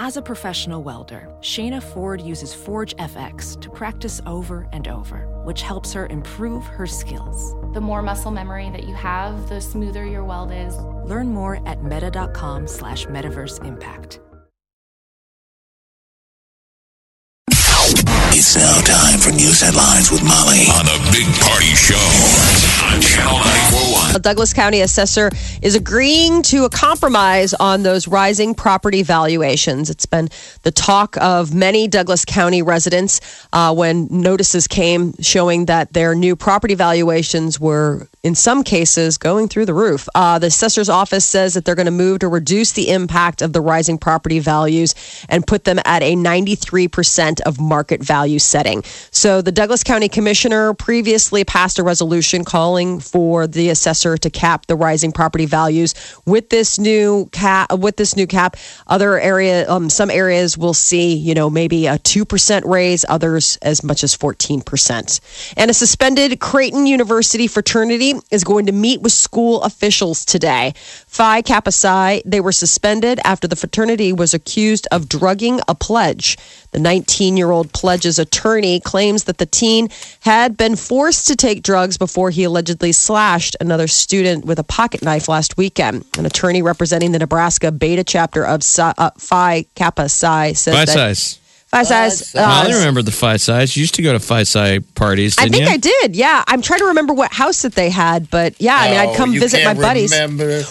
As a professional welder, Shayna Ford uses Forge FX to practice over and over, which helps her improve her skills. The more muscle memory that you have, the smoother your weld is. Learn more at meta.com slash metaverse impact. It's now time for news headlines with Molly on the Big Party Show on Channel 941. A Douglas County assessor is agreeing to a compromise on those rising property valuations. It's been the talk of many Douglas County residents uh, when notices came showing that their new property valuations were, in some cases, going through the roof. Uh, the assessor's office says that they're going to move to reduce the impact of the rising property values and put them at a 93% of market value setting. So the Douglas County Commissioner previously passed a resolution calling for the assessor to cap the rising property values. With this new cap, with this new cap, other area, um, some areas will see, you know, maybe a two percent raise, others as much as fourteen percent. And a suspended Creighton University fraternity is going to meet with school officials today. Phi Kappa Psi, they were suspended after the fraternity was accused of drugging a pledge. The 19 year old pledge's attorney claims that the teen had been forced to take drugs before he allegedly slashed another student with a pocket knife last weekend. An attorney representing the Nebraska Beta chapter of Psi, uh, Phi Kappa Psi says Five that. Oh, size. Phi Si's, uh, I remember the five size. You used to go to five size parties. I Didn't think you? I did. Yeah, I'm trying to remember what house that they had, but yeah, I Oh, Oh, mean, I'd come visit my buddies.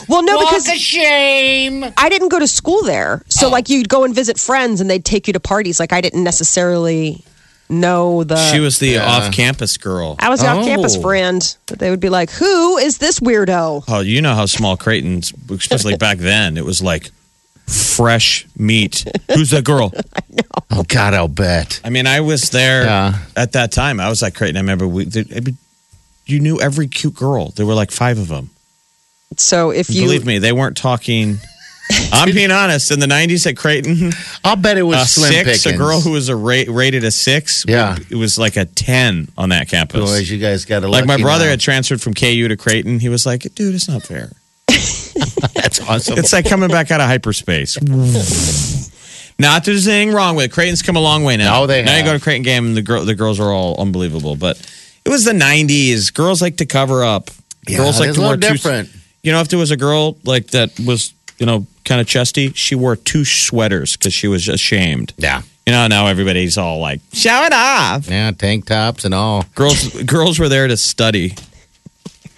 Well, no, because shame. I didn't go to school there. So like you'd go and visit friends and they'd take you to parties. Like I didn't necessarily know the She was the off-campus girl. I was the Oh. off campus friend. But they would be like, Who is this weirdo? Oh, you know how small Creighton's, especially back then, it was like fresh meat. Who's that girl? Oh God, I'll bet. I mean, I was there Yeah. at that time. I was at Creighton. I remember we, th- I mean, you knew every cute girl. There were like five of them. So if you Believe me, they weren't talking. I'm being honest. In the 90s at Creighton, I'll bet it was a Uh, Slim six, Pickens. a girl who was a ra- rated a six, Yeah. would- it was like a 10 on that campus. Boys, you guys got a like my lucky brother had night. transferred from KU to Creighton. He was like, dude, it's not fair. That's awesome. It's like coming back out of hyperspace. Not that there's anything wrong with it. Creighton's come a long way now. No, they now you go have. to Creighton game and the girl the girls are all unbelievable. But it was the '90s. Girls like to cover up. Yeah, girls like it's to a wear little two- different. You know, if there was a girl like that was you know kind of chesty, she wore two sweaters because she was ashamed. yeah, You know, now everybody's all like, "Show it off." yeah, tank tops and all. Girls, girls were there to study.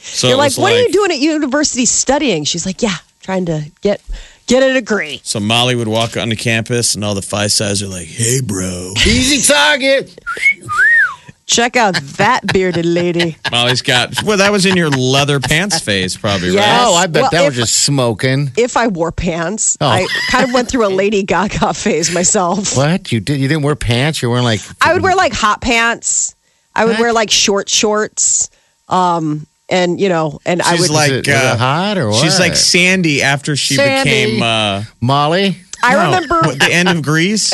So you're it like, was What are you doing at university studying? She's like, Yeah, trying to get get a degree. So Molly would walk onto campus, and all the five sides are like, "Hey, bro." Easy target. Check out that bearded lady. Molly's got. Well, that was in your leather pants phase, probably. Yes. Right? Oh, I bet Well, that was if- just smoking. If I wore pants, Oh. I kind of went through a Lady Gaga phase myself. What you did? You didn't wear pants. You were like I would wear like hot pants. I would What? wear like short shorts. Um, and you know, and I She's would. like, was it- was uh, it hot or what? She's like Sandy after she Sandy. became. Uh, Molly. I no, remember. what, the end of Grease.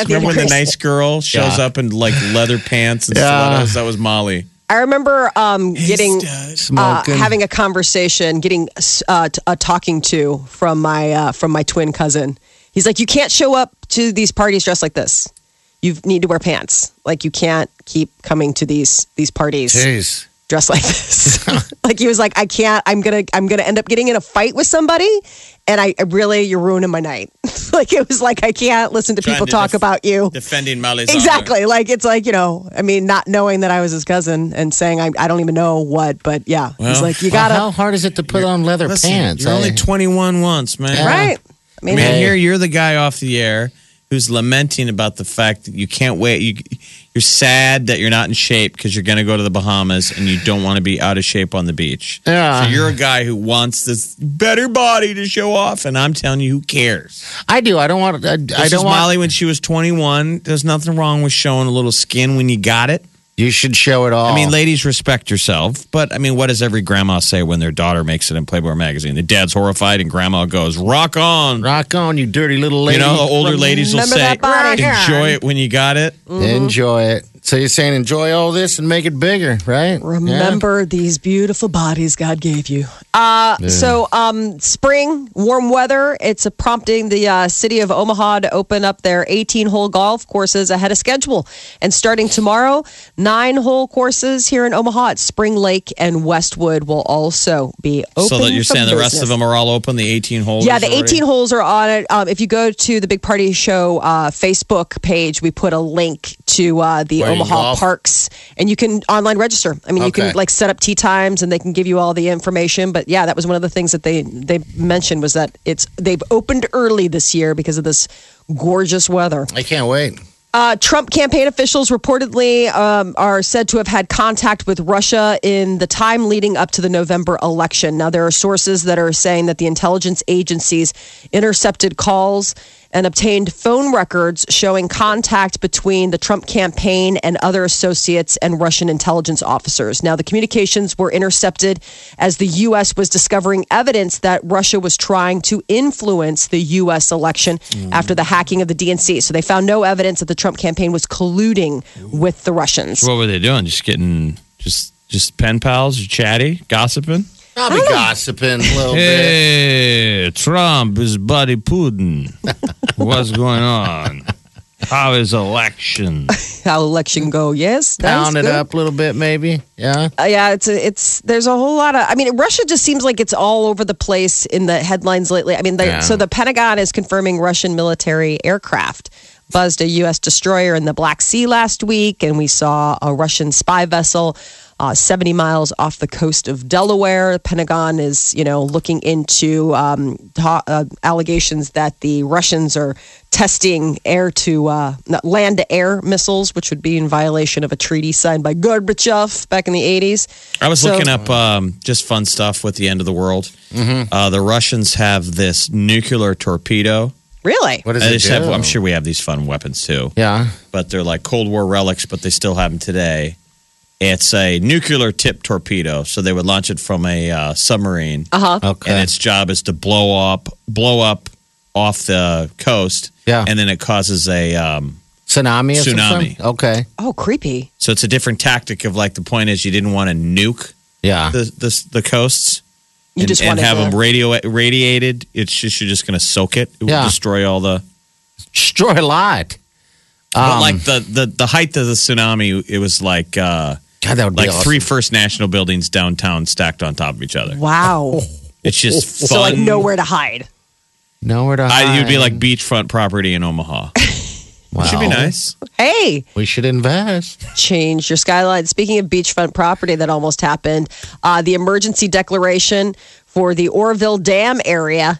At the end Remember of when the Grease. nice girl shows Yeah. up in like leather pants and Yeah. stilettos? That was Molly. I remember um, getting uh, Smoking. having a conversation, getting uh, t- a talking to from my uh, from my twin cousin. He's like, you can't show up to these parties dressed like this. You need to wear pants. Like you can't keep coming to these these parties Jeez. dressed like this. like he was like, I can't. I'm gonna I'm gonna end up getting in a fight with somebody, and I, I really you're ruining my night. like it was like I can't listen to Trying people to talk def- about you. Defending Molly's honor. Exactly. Like it's like, you know, I mean, not knowing that I was his cousin and saying I, I don't even know what, but yeah. He's Well, like, you Well, gotta how hard is it to put on leather Listen, pants? You're only I- 21 once, man. right. I I mean, mean, Hey. here you're the guy off the air who's lamenting about the fact that you can't wait. You, you're sad that you're not in shape because you're going to go to the Bahamas and you don't want to be out of shape on the beach. Yeah. So you're a guy who wants this better body to show off, and I'm telling you, who cares? I do. I don't want. I, I This don't is want. Molly when she was 21. There's nothing wrong with showing a little skin when you got it. You should show it all. I mean, ladies, respect yourself. But I mean, what does every grandma say when their daughter makes it in Playboy magazine? The dad's horrified, and grandma goes, "Rock on." rock on, you dirty little lady. You know, the older ladies will Remember say, that body. enjoy it when you got it. Mm-hmm. Enjoy it. So you're saying enjoy all this and make it bigger, right? Remember these beautiful bodies God gave you. Uh, So, um, spring, warm weather, it's prompting the uh, city of Omaha to open up their 18 hole golf courses ahead of schedule. And starting tomorrow, nine hole courses here in Omaha at Spring Lake and Westwood will also be open. so that you're for saying the rest business. of them are all open, the 18 holes? Yeah, the already? 18 holes are on it. Um, if you go to the Big Party Show uh, Facebook page, we put a link to uh, the Where you Omaha golf? parks, and you can online register. I mean, you can Okay. like set up tee times, and they can give you all the information. But yeah, that was one of the things that they they mentioned was that it's they've opened early this year because of this gorgeous weather. I can't wait. Uh, Trump campaign officials reportedly um, are said to have had contact with Russia in the time leading up to the November election. Now, there are sources that are saying that the intelligence agencies intercepted calls and obtained phone records showing contact between the Trump campaign and other associates and Russian intelligence officers. Now, the communications were intercepted as the U.S. was discovering evidence that Russia was trying to influence the U.S. election Mm. after the hacking of the DNC. So they found no evidence that the Trump campaign was colluding with the Russians. What were they doing? Just getting, just just pen pals, chatty, gossiping? I'll be gossiping a little bit. Hey, Trump is buddy Putin. What's going on? How is election? How election go? Yes, that was Pound it good. up a little bit, maybe. Yeah. Uh, yeah, it's it's there's a whole lot of. I mean, Russia just seems like it's all over the place in the headlines lately. I mean, they, Yeah. so the Pentagon is confirming Russian military aircraft buzzed a U.S. destroyer in the Black Sea last week, and we saw a Russian spy vessel. Uh, 70 miles off the coast of Delaware. The Pentagon is, you know, looking into um, ta- uh, allegations that the Russians are testing air to uh, land to air missiles, which would be in violation of a treaty signed by Gorbachev back in the 80s. I was So- looking up um, just fun stuff with the end of the world. Uh, the Russians have this nuclear torpedo. Really? What does I it just do? have, I'm sure we have these fun weapons too, Yeah. but they're like Cold War relics, but they still have them today. It's a nuclear tip torpedo, so they would launch it from a uh, submarine, Uh huh. Okay. and its job is to blow up, blow up off the coast, Yeah. and then it causes a. Um, tsunami. Or Tsunami. Something? Okay. Oh, creepy. so it's a different tactic of like the point is you didn't want to nuke Yeah. the the, the coasts. You and, just and wanted have to- them radio radiated. It's just you're just going to soak it. It will Yeah. destroy all the. Destroy a lot. but Um, like the, the the height of the tsunami, it was like uh, God, that would like be awesome. three First National buildings downtown stacked on top of each other. Wow. It's just Oh, fun. So, like, nowhere to hide. Nowhere to hide. I, you'd be like beachfront property in Omaha. wow. Should be nice. Hey, We should invest. change your skyline. Speaking of beachfront property that almost happened, uh, the emergency declaration for the Oroville Dam area.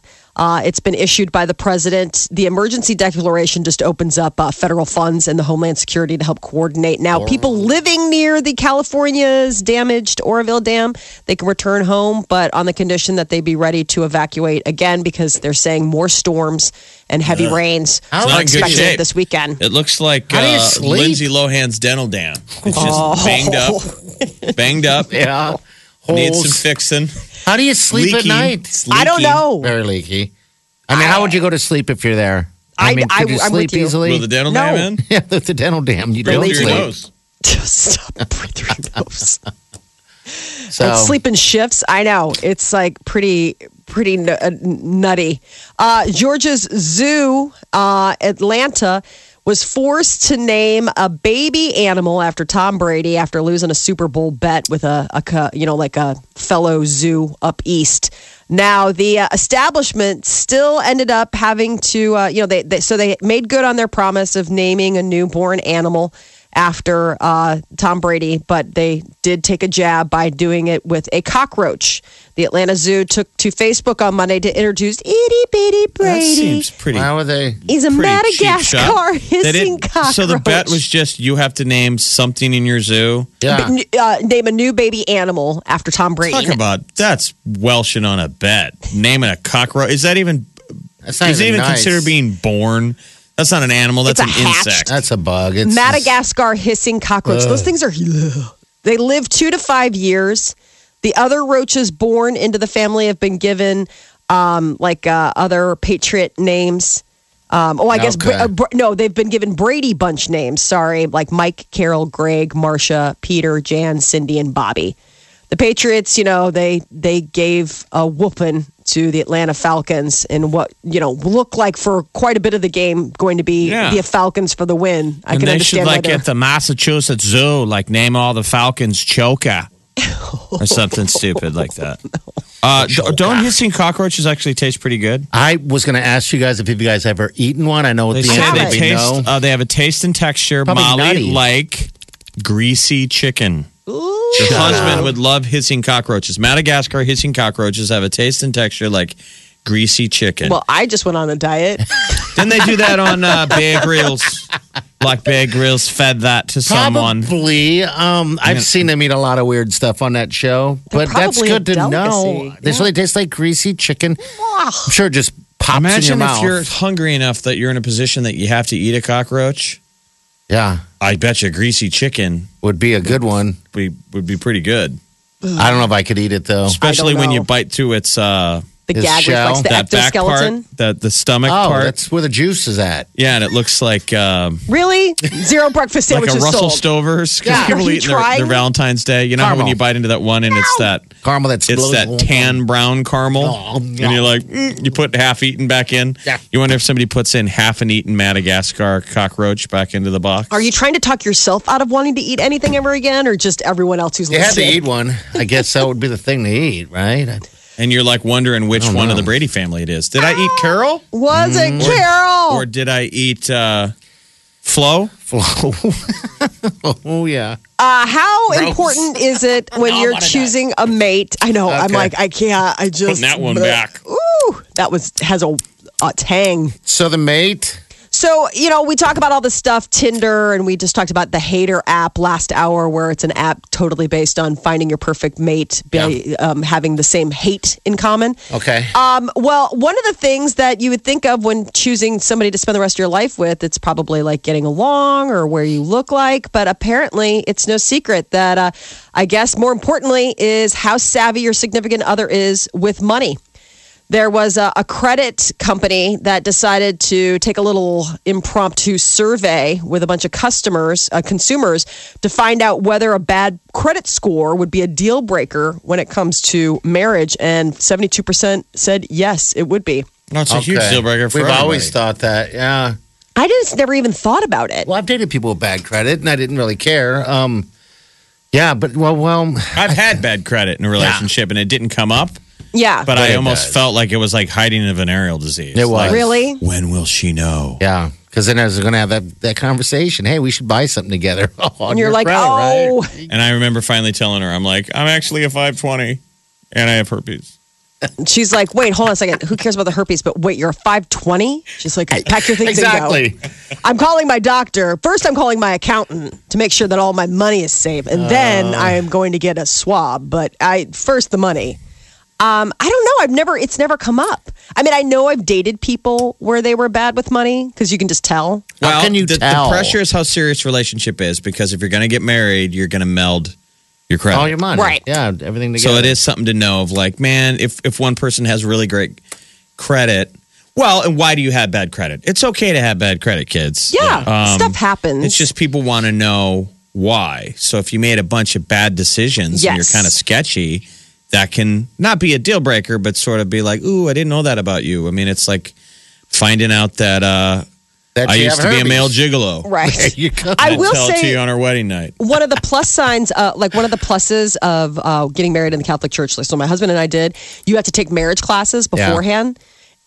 Uh, it's been issued by the president. The emergency declaration just opens up uh, federal funds and the Homeland Security to help coordinate. Now, people living near the California's damaged Oroville Dam, they can return home, but on the condition that they be ready to evacuate again because they're saying more storms and heavy rains It's are not in good shape. expected this weekend. It looks like How do you uh, sleep? Lindsay Lohan's dental dam. It's just banged up, banged up. Yeah. Needs some Holes. fixing. How do you sleep leaky. at night? It's I don't leaky. know. Very leaky. I mean, how would you go to sleep if you're there? I- mean, I- could you I'm sleep with you. easily? Will the dental No. dam in? yeah, with the dental dam, you Go don't under your sleep. nose. Just stop breathe through your nose. So Like sleeping shifts. I know it's like pretty pretty n- uh, nutty. Uh, Georgia's zoo, uh, Atlanta. Was forced to name a baby animal after Tom Brady after losing a Super Bowl bet with a, a co- you know like a fellow zoo up east. Now the uh, establishment still ended up having to uh, you know they, they so they made good on their promise of naming a newborn animal after uh, Tom Brady, but they did take a jab by doing it with a cockroach. The Atlanta Zoo took to Facebook on Monday to introduce itty bitty That Brady. seems pretty. how are they? He's a pretty cheap Madagascar shot. They hissing didn't- cockroach. So the bet was just you have to name something in your zoo. Yeah. N- uh, name a new baby animal after Tom Brady. Talk about that's Welshing on a bet. Naming a cockroach is that even That's not is it even nice. considered being born? That's not an animal. That's It's an a hatched- insect. That's a bug. It's Madagascar hissing cockroach. Those things are. They live two to five years. The other roaches born into the family have been given um, like uh, other patriot names. Um, oh, I guess Okay. uh, Br- no, they've been given Brady Bunch names. Sorry, like Mike, Carol, Greg, Marcia, Peter, Jan, Cindy, and Bobby. The Patriots, you know, they they gave a whooping to the Atlanta Falcons in what you know looked like for quite a bit of the game going to be Yeah. the Falcons for the win. I and can they should understand why like they're- at the Massachusetts Zoo, like name all the falcons Choka or something stupid like that. Uh, d- don't hissing cockroaches actually taste pretty good? I was going to ask you guys if you guys ever eaten one. I know They what the say answer they would be no. taste. Uh, they have a taste and texture. Probably Molly nutty. like greasy chicken. Your husband would love hissing cockroaches. Madagascar hissing cockroaches have a taste and texture like greasy chicken. well, I just went on a diet. Didn't they do that on uh, Bear Grylls? Like Bear Grylls fed that to someone. Probably. Um, I've seen them eat a lot of weird stuff on that show, They're but that's probably a good to know. delicacy. They so they taste like greasy chicken. I'm sure it just pops in your Imagine if mouth. you're hungry enough that you're in a position that you have to eat a cockroach. yeah, I bet you greasy chicken would be a good one. we, would be pretty good, I don't know if I could eat it though. especially when know. you bite through its uh, The His gag reflex, shell, the that back ectoskeleton. part, the the stomach Oh, part. that's where the juice is at. Yeah, and it looks like um, Really, zero breakfast like sandwiches a Russell sold. Stover's because Yeah. people Are you eat their, trying? their Valentine's Day. You know how when Caramel. you bite into that one and it's that Caramel, that's it's that tan brown caramel, Oh, and no. you're like mm, you put half eaten back in. Yeah. You wonder if somebody puts in half an eaten Madagascar cockroach back into the box. Are you trying to talk yourself out of wanting to eat anything ever again, or just everyone else who's You had to listening? eat one. I guess that would be the thing to eat, right? And you're like wondering which one know. of the Brady family it is. Did I eat Carol Was it Carol? Mm. or did I eat uh, Flo? oh yeah. Uh, how Gross. important is it when No, I you're wanna die. choosing a mate? I know. I'm Okay. like, I can't. I just that one bleh. back. Ooh, that was has a, a tang. So the mate. So you know, we talk about all this stuff, Tinder, and we just talked about the Hater app last hour, where it's an app totally based on finding your perfect mate, by, um, having the same hate in common. Okay. Oh, Um, well, one of the things that you would think of when choosing somebody to spend the rest of your life with, it's probably like getting along or where you look like. But apparently, it's no secret that uh, I guess more importantly is how savvy your significant other is with money. There was a, a credit company that decided to take a little impromptu survey with a bunch of customers, uh, consumers, to find out whether a bad credit score would be a deal breaker when it comes to marriage. And 72% said yes, it would be. No, it's a huge Okay. deal breaker for We've everybody. always thought that. Yeah. I just never even thought about it. Well, I've dated people with bad credit, and I didn't really care. Um, yeah, but well, well, I've had bad credit in a relationship and it didn't come up, Yeah. but I it almost does. felt like it was like hiding a venereal disease. It was. Like, really? When will she know? yeah, because then I was going to have that, that conversation. Hey, we should buy something together. And you're like, oh, And I remember finally telling her, I'm like, I'm actually a 520 and I have herpes. she's like, wait, hold on a second. Who cares about the herpes? But wait, you're 520? She's like, pack your things and go. exactly. I'm calling my doctor. First, I'm calling my accountant to make sure that all my money is safe, and then Oh. I am going to get a swab. But I first the money. Um, I don't know. I've never. It's never come up. I mean, I know I've dated people where they were bad with money because you can just tell. How can you the, the tell? pressure is how serious relationship is because if you're going to get married, you're going to meld your credit. All your money, Right. Yeah, everything together. So it is something to know of like, man, if if one person has really great credit, well, and why do you have bad credit? It's okay to have bad credit, kids. Yeah, Um, stuff happens. It's just people want to know why. So if you made a bunch of bad decisions and Yes. you're kind of sketchy, that can not be a deal breaker, but sort of be like, ooh, I didn't know that about you. I mean, it's like finding out that uh, That I you used to have be a male herpes. gigolo. There right. you go. I will tell it to say you on our wedding night. one of the plus signs, uh, like one of the pluses of uh, getting married in the Catholic Church. Like, so my husband and I did. You have to take marriage classes Yeah. beforehand,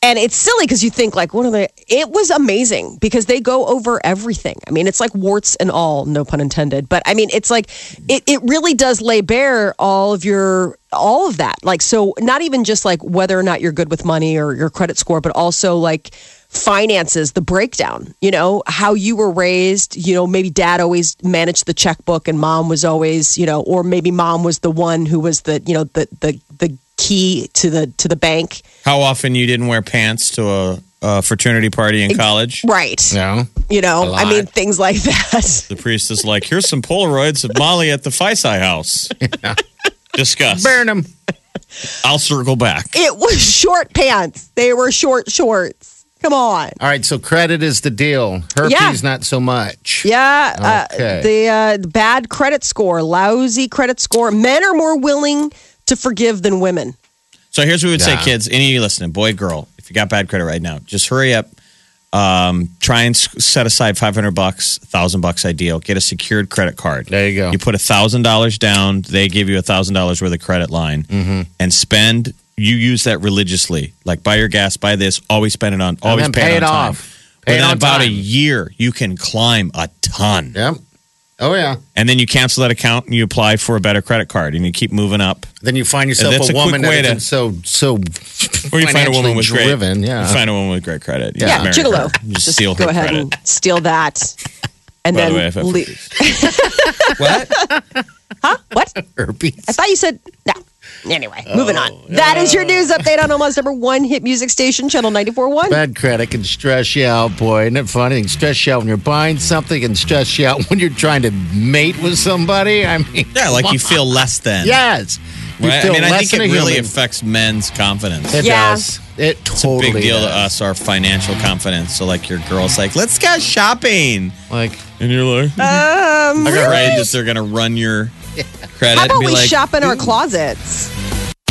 and it's silly because you think like, what are they? It was amazing because they go over everything. I mean, it's like warts and all, no pun intended. But I mean, it's like it, it really does lay bare all of your all of that. Like, so not even just like whether or not you're good with money or your credit score, but also like finances, the breakdown, you know, how you were raised, you know, maybe dad always managed the checkbook and mom was always, you know, or maybe mom was the one who was the, you know, the, the, the, key to the to the bank How often you didn't wear pants to a, a fraternity party in college? right No. you know A i mean lot. things like that The priest is like, "Here's some Polaroids of Molly at the Faisai house. Discuss. Burn them. I'll circle back." it was short pants they were short shorts Come on. All right, so credit is the deal. Herpes, Yeah. not so much. Yeah, Okay. uh, the uh, bad credit score, lousy credit score. Men are more willing to forgive than women. So here's what we would Yeah. say, kids, any of you listening, boy, girl, if you got bad credit right now, just hurry up. Um, try and s- set aside 500 bucks, 1000 bucks ideal. Get a secured credit card. There you go. You put $1,000 down, they give you $1,000 worth of credit line Mm-hmm. and spend, you use that religiously. Like buy your gas, buy this, always spend it on, always then pay pay it it on off. Time. Pay it Within on about a time. year, you can climb a ton. Yep. Oh yeah. And then you cancel that account and you apply for a better credit card and you keep moving up. Then you find yourself That's a a woman quick way that to- isn't so so Or you find a woman financially with driven. great, Yeah. You find a woman with great credit. You Yeah, marry gigolo. her. You Just, steal go her ahead credit. and steal that, and By then the way, if I- lea- what? what? herpes. I thought you said no. Anyway, Oh, moving on. That is your news update on Omaha's number one hit music station, Channel 94.1. Bad credit can stress you out, boy. Isn't it funny? It can stress you out when you're buying something and stress you out when you're trying to mate with somebody. I mean, Yeah, like you feel less than. yes. You Right? I feel mean, I less think than it a really human. affects men's confidence. It Yeah. does. It It's totally a big deal to does. us, our financial confidence. So, like, your girl's like, let's go shopping. Like, And you're like, Um, I got right that they're going to run your credit. how and about be we like, shop in our closets?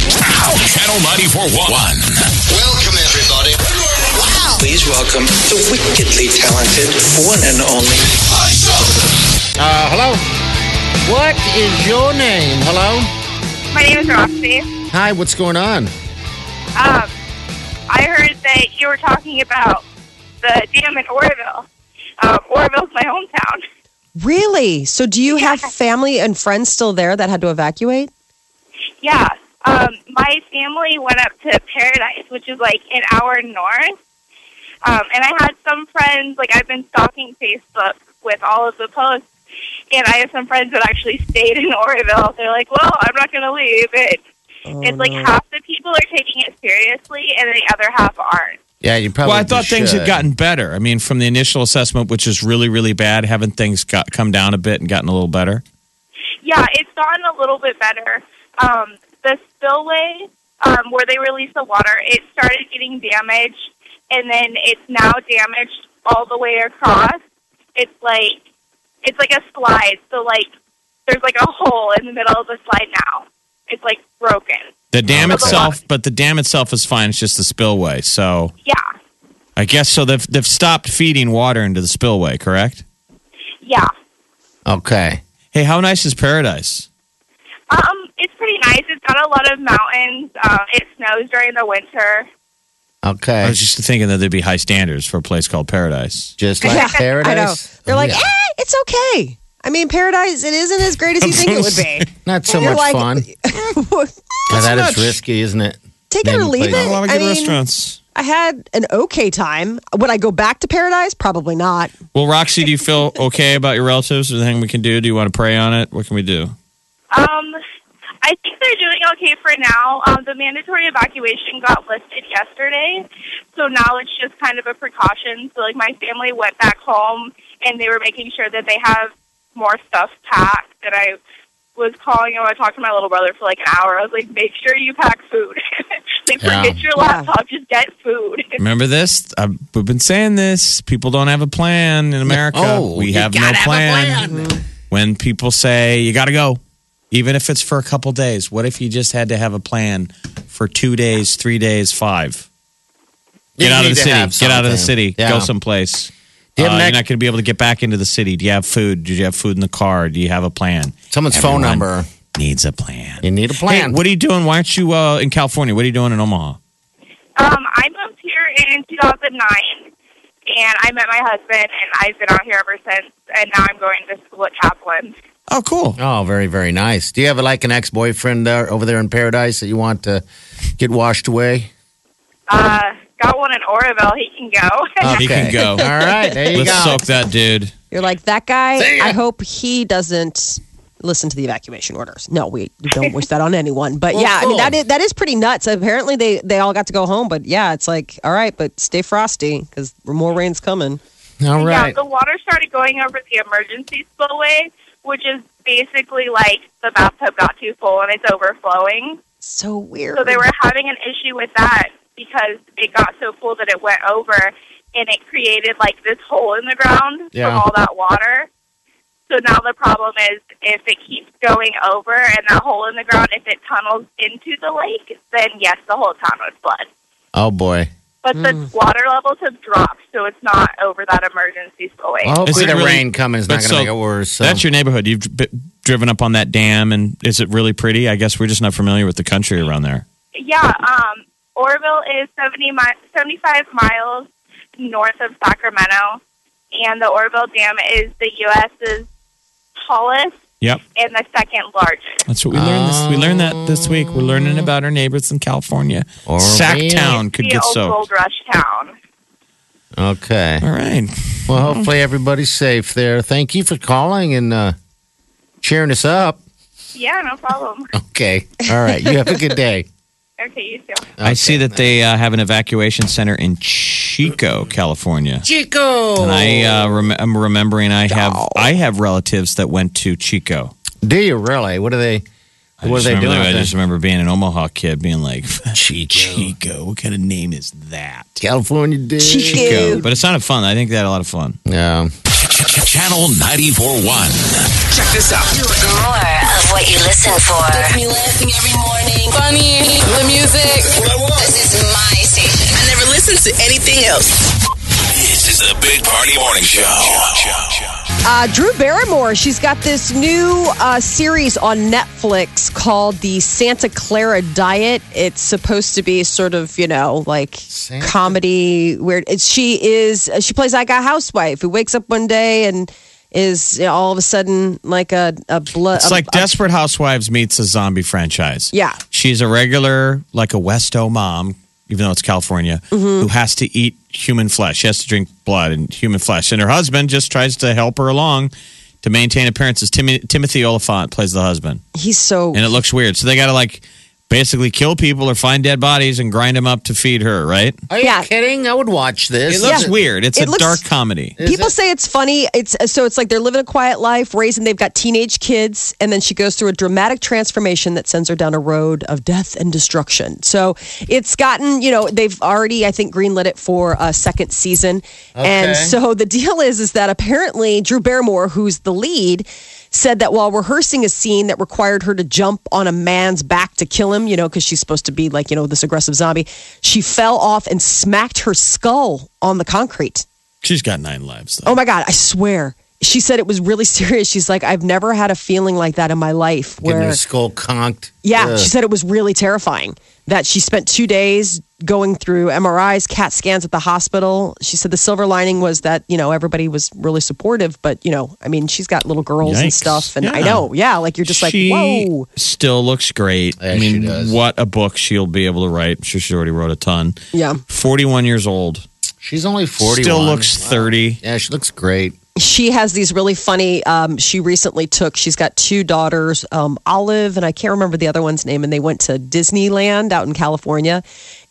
Channel 941. Welcome, everybody. Please welcome the wickedly talented one and only. uh, hello. What is your name? Hello. My name is Roxy. Hi. What's going on? Um, I heard that you were talking about the dam in Oroville. Um, Oroville's my hometown. Really? So, do you have family and friends still there that had to evacuate? Yeah. Um, my family went up to Paradise, which is like an hour north. Um, and I had some friends, like I've been stalking Facebook with all of the posts. And I have some friends that actually stayed in Oroville. They're like, well, I'm not going to leave. It, it's like half the people are taking it seriously, and the other half aren't. Yeah, you probably. Well, I thought things should. had gotten better. I mean, from the initial assessment, which is really, really bad, haven't things got come down a bit and gotten a little better? Yeah, it's gotten a little bit better. Um, the spillway um, where they release the water, it started getting damaged, and then it's now damaged all the way across. It's like it's like a slide, so like there's like a hole in the middle of the slide now. It's like broken. The dam Okay. itself, but the dam itself is fine. It's just the spillway. So Yeah, I guess so. They've they've stopped feeding water into the spillway, correct? yeah. Okay. Hey, how nice is paradise? Um, it's pretty nice. It's got a lot of mountains. Um, it snows during the winter. Okay. I was just thinking that there'd be high standards for a place called Paradise. Just like paradise. I know. They're like, Yeah. eh, it's okay. I mean, paradise, it isn't as great as you think it would be. not so You're much like, fun. Yeah, that is risky, isn't it? Take it or Name leave place. it. I mean, I had an okay time. Would I go back to paradise? Probably not. Well, Roxy, do you feel okay about your relatives? Is there anything we can do? Do you want to pray on it? What can we do? Um, I think they're doing okay for now. Um, the mandatory evacuation got lifted yesterday, so now it's just kind of a precaution. So, like, my family went back home, and they were making sure that they have more stuff packed. And I was calling him. I talked to my little brother for like an hour. I was like, "Make sure you pack food. like, Yeah. forget your Yeah. laptop. Just get food." Remember this? I've, we've been saying this. People don't have a plan in America. Oh, we you have no gotta have a plan. When people say you got to go, even if it's for a couple days, what if you just had to have a plan for two days, three days, five? Get You out of the need to city. have Get out of the something. city. Go Yeah. someplace. Do you Uh, have an you're ex- not going to be able to get back into the city. Do you have food? Do you have food in the car? Do you have a plan? Someone's phone Everyone number. needs a plan. You need a plan. Hey, what are you doing? Why aren't you uh, in California? What are you doing in Omaha? Um, I moved here in 2009, and I met my husband, and I've been out here ever since. And now I'm going to school at Chaplin. Oh, cool. oh, very, very nice. Do you have like an ex boyfriend there over there in paradise that you want to get washed away? Uh, got one in Oroville. He can go. Ah, He can go. All right. There you Let's go. soak that dude. You're like, that guy, I hope he doesn't listen to the evacuation orders. No, we don't wish that on anyone. But Well, yeah, I mean, cool. that is, that is pretty nuts. Apparently, they, they all got to go home. But yeah, it's like, all right, but stay frosty because more rain's coming. All Yeah, right. the water started going over the emergency spillway, which is basically like the bathtub got too full and it's overflowing. So weird. So they were having an issue with that. because it got so full that it went over and it created like this hole in the ground Yeah. from all that water. So now the problem is if it keeps going over and that hole in the ground, if it tunnels into the lake, then yes, the whole town would flood. Oh boy. But Mm. the water levels have dropped, so it's not over that emergency slow wave. Well, hopefully Is it the really- rain coming is not but going to so make it worse. So. That's your neighborhood. You've d- b- driven up on that dam, and is it really pretty? I guess we're just not familiar with the country around there. Yeah, um, Oroville is 70 mi- 75 miles north of Sacramento, and the Oroville Dam is the U.S.'s tallest Yep, and the second largest. that's what we learned. This we learned that this week. We're learning about our neighbors in California. Or- Sacktown could the get old soaked. gold rush town. okay. All right. Well, hopefully everybody's safe there. Thank you for calling and uh, cheering us up. Yeah, no problem. Okay. All right. You have a good day. okay, you too. I see that they uh, have an evacuation center in Chico, California. Chico. And I uh, rem- I'm remembering I have I have relatives that went to Chico. Do you really? What are they? I What are just they remember doing? that- up I there? just remember being an Omaha kid, being like Chico. Chico, what kind of name is that? California did. Chico, but it sounded fun. I think they had a lot of fun. Yeah. Channel 94.1. Check this out. More of what you listen for. Gets me laughing every morning. Funny. The music. This is my station. I never listen to anything else. This is the Big Party Morning Show. Uh, Drew Barrymore, she's got this new uh, series on Netflix called The Santa Clara Diet. It's supposed to be sort of, you know, like Santa- comedy where it's, she is, uh, she plays like a housewife who wakes up one day and is you know, all of a sudden like a, a blood. It's a- like a- Desperate Housewives meets a zombie franchise. Yeah. She's a regular, like a Westo mom, even though it's California, Mm-hmm. who has to eat human flesh. She has to drink blood and human flesh. And her husband just tries to help her along to maintain appearances. Tim- Timothy Oliphant plays the husband. he's so And it looks weird. So they got to like basically kill people or find dead bodies and grind them up to feed her, right? Are you Yeah. kidding? I would watch It this. looks Yeah. weird. It's It a looks- dark comedy. People say it's funny. It's uh, so it's like they're living a quiet life, raising they've got teenage kids, and then she goes through a dramatic transformation that sends her down a road of death and destruction. So it's gotten, you know, they've already I think greenlit it for a second season. And Okay. so the deal is is that apparently Drew Barrymore, who's the lead, said that while rehearsing a scene that required her to jump on a man's back to kill him, you know, because she's supposed to be like, you know, this aggressive zombie, she fell off and smacked her skull on the concrete. She's got nine lives, though. Oh my God, I swear. She said it was really serious. She's like, I've never had a feeling like that in my life. Getting Where, your skull conked. yeah, Ugh. she said it was really terrifying that she spent two days going through MRIs, CAT scans at the hospital. She said the silver lining was that, you know, everybody was really supportive, but, you know, I mean, she's got little girls and Yikes. stuff. And I Yeah. know, yeah, like you're just she like, whoa. still looks great. Yeah, I mean, she does. what a book she'll be able to write. I'm sure she already wrote a ton. Yeah. 41 years old. She's only 41. Still looks 30. Yeah, she looks great. she has these really funny um, she recently took she's got two daughters um, olive and i can't remember the other one's name and they went to disneyland out in california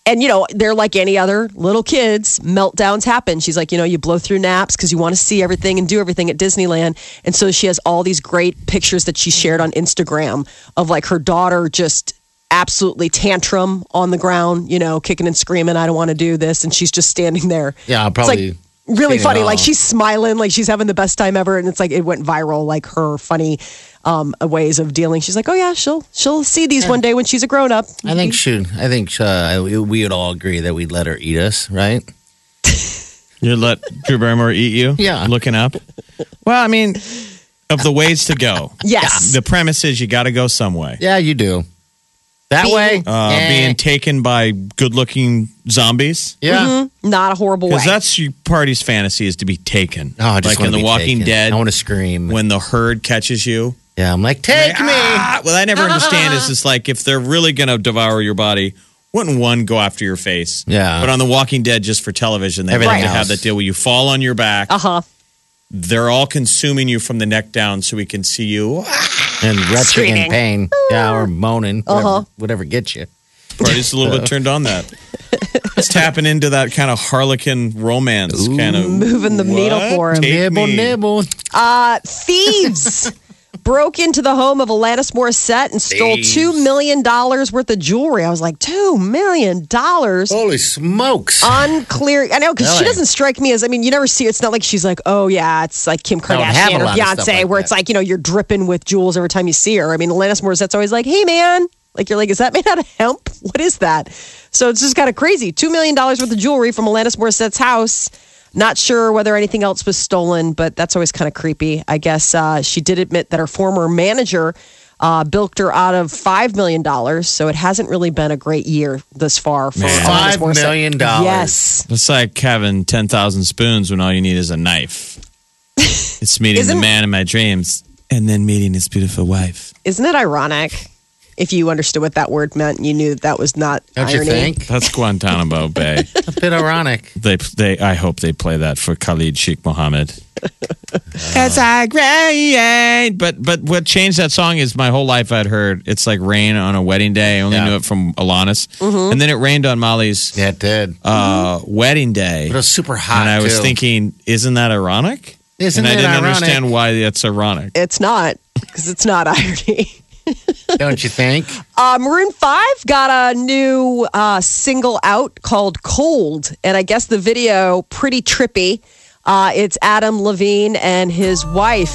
and you know they're like any other little kids meltdowns happen she's like you know you blow through naps because you want to see everything and do everything at disneyland and so she has all these great pictures that she shared on instagram of like her daughter just absolutely tantrum on the ground you know kicking and screaming i don't want to do this and she's just standing there Yeah, I'll it's probably. like really seen it funny. Like all. she's smiling, like she's having the best time ever, and it's like it went viral. Like her funny um, ways of dealing. She's like, oh yeah, she'll she'll see these one day when she's a grown up. I think she. Mm-hmm. I think uh, we would all agree that we'd let her eat us, right? You let Drew Barrymore eat you? Yeah. Looking up? Well, I mean, of the ways to go. Yes. The premise is you got to go some way. Yeah, you do. That way, Uh, yeah, Being taken by good looking zombies. yeah. Not a horrible way. Because that's your party's fantasy is to be taken. Oh, I just like in wanna The be Walking taken. Dead, I want to scream. when the herd catches you. yeah, I'm like, take me. Ah, well, I never understand is it's like if they're really going to devour your body, wouldn't one go after your face? Yeah. But on The Walking Dead, just for television, they Everything like to have else. that deal where you fall on your back. uh huh. They're all consuming you from the neck down so we can see you. Ah, and retching in Screaming. pain. Yeah, or moaning. Whatever, Uh-huh. whatever gets you. Party's a little bit turned on that. It's tapping into that kind of harlequin romance kind of Moving the needle What? for him. Take Nibble, me. nibble. Uh, thieves. broke into the home of Alanis Morissette and stole $2 million worth of jewelry. I was like, $2 million? Holy smokes. unclear. I know because she Really? doesn't strike me as. I mean, you never see. It's not like she's like, oh yeah, it's like Kim don't have Kardashian a or lot of Beyonce, stuff like where that. it's like you know you're dripping with jewels every time you see her. I mean, Alanis Morissette's always like, hey man, like you're like, is that made out of hemp? What is that? So it's just kind of crazy. Two million dollars worth of jewelry from Alanis Morissette's house. Not sure whether anything else was stolen, but that's always kind of creepy. I guess uh, she did admit that her former manager uh, bilked her out of five million dollars, so it hasn't really been a great year thus far for Man. Alanis Five Morissette. million dollars. Yes. It's like having 10,000 spoons when all you need is a knife. It's meeting the Isn't- man in my dreams and then meeting his beautiful wife. Isn't it ironic? If you understood what that word meant, you knew that that was not Don't you irony. think? That's Guantanamo Bay. A bit ironic. They, they, I hope they play that for Khalid Sheikh Mohammed. Cause I rain, but but what changed that song is my whole life I'd heard it's like rain on a wedding day. I only Yeah. knew it from Alanis, and then it rained on Molly's Yeah, it did. uh, wedding day. But it was super hot. and I was too. thinking, isn't that ironic? Isn't and I it didn't ironic? understand why that's ironic. It's not, because it's not irony. don't you think? Uh, Maroon 5 got a new uh, single out called Cold, and I guess the video pretty trippy. Uh, it's Adam Levine and his wife,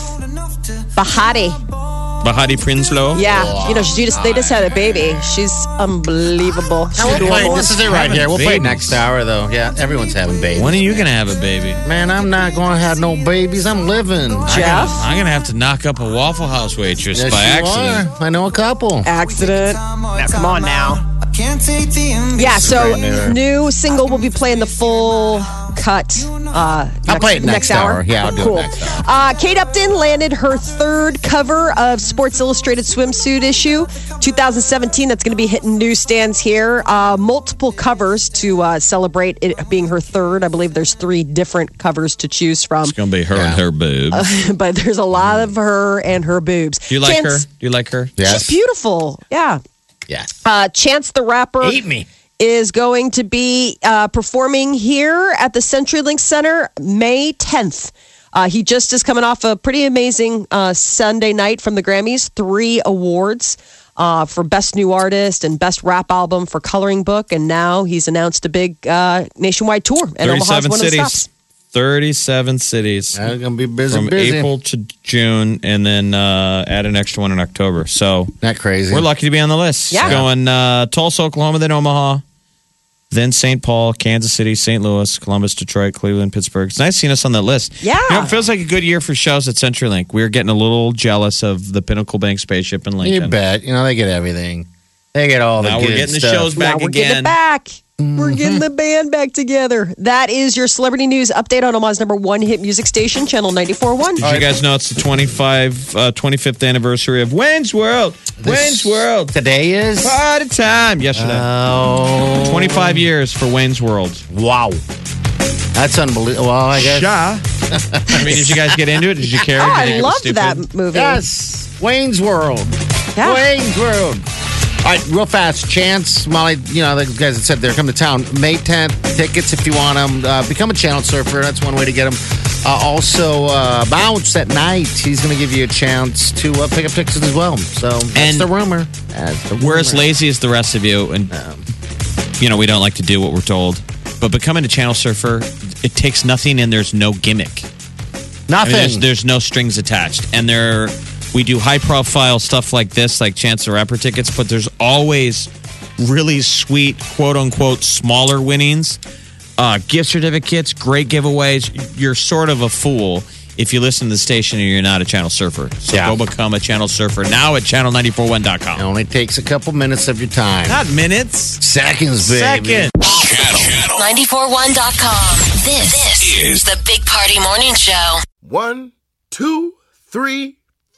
Bahati. Bahati Prinslow. Yeah, you know, she just they just had a baby. She's unbelievable. She's adorable. this is it right here. We'll play next Babies. hour, though. Yeah, everyone's having babies. When are you gonna have a baby? Man, I'm not going to have no babies. I'm living. Jeff, I'm gonna have to knock up a Waffle House waitress Yes, by you accident. are. I know a couple. accident. Now, come on now. Yeah, so new single will be playing the full cut. Uh, I'll play it next hour. Yeah, I'll do it cool. next hour. Uh, Kate Upton landed her third cover of Sports Illustrated swimsuit issue, 2017. That's going to be hitting newsstands here. Uh, multiple covers to uh, celebrate it being her third. I believe there's three different covers to choose from, It's gonna be her and her boobs. but there's a lot of her and her boobs. Do you like her? Chance- Do you like her? Yes. She's beautiful. Yeah. Yes. Uh, Chance the Rapper Eat me. is going to be uh, performing here at the CenturyLink Center May 10th. Uh, he just is coming off a pretty amazing uh, Sunday night from the Grammys, three awards uh, for Best New Artist and Best Rap Album for Coloring Book, and now he's announced a big uh, nationwide tour. And Omaha's 37 one of the cities. stops. 37 cities I'm going to be busy, from busy. April to June, and then uh, add an extra one in October. So Not crazy. we're lucky to be on the list. Yeah. Going uh, Tulsa, Oklahoma, then Omaha, then St. Paul, Kansas City, St. Louis, Columbus, Detroit, Cleveland, Pittsburgh. It's nice seeing us on that list. Yeah. You know, it feels like a good year for shows at CenturyLink. We are getting a little jealous of the Pinnacle Bank spaceship in Lincoln. You bet. You know, they get everything. They get all the Now good we're getting the stuff. shows back now we're getting it again. Mm-hmm. back. We're getting the band back together. That is your celebrity news update on Omaha's number one hit music station, Channel 94.1. Did you guys know it's the 25, uh, 25th anniversary of Wayne's World? Wayne's This- World. Today is. Party time. Yesterday. Oh. 25 years for Wayne's World. Wow. That's unbelievable. Well, I guess. Sha. I mean, did you guys get into it? Did you care? Oh, Did you think I it was loved stupid? that movie. Yes. Wayne's World. Yeah. Wayne's World. All right, real fast. Chance, Molly, you know, the guys that said they're coming to town. May 10th, tickets if you want them. Uh, become a channel surfer. That's one way to get them. Uh, also, uh, Bounce at night. He's going to give you a chance to uh, pick up tickets as well. So that's And- the rumor. That's the We're rumor. as lazy as the rest of you, and you know we don't like to do what we're told. But becoming a channel surfer, it takes nothing, and there's no gimmick. I mean, Nothing. there's, there's no strings attached, and there we do high profile stuff like this, like Chance the Rapper tickets. But there's always really sweet, quote unquote, smaller winnings, uh, gift certificates, great giveaways. You're sort of a fool if you listen to the station and you're not a channel surfer. So Yeah. go become a channel surfer now at channel941.com. it only takes a couple minutes of your time. Not minutes, Seconds, baby. second. Channel 941.com. This, this is is the Big Party Morning Show. One, two, three,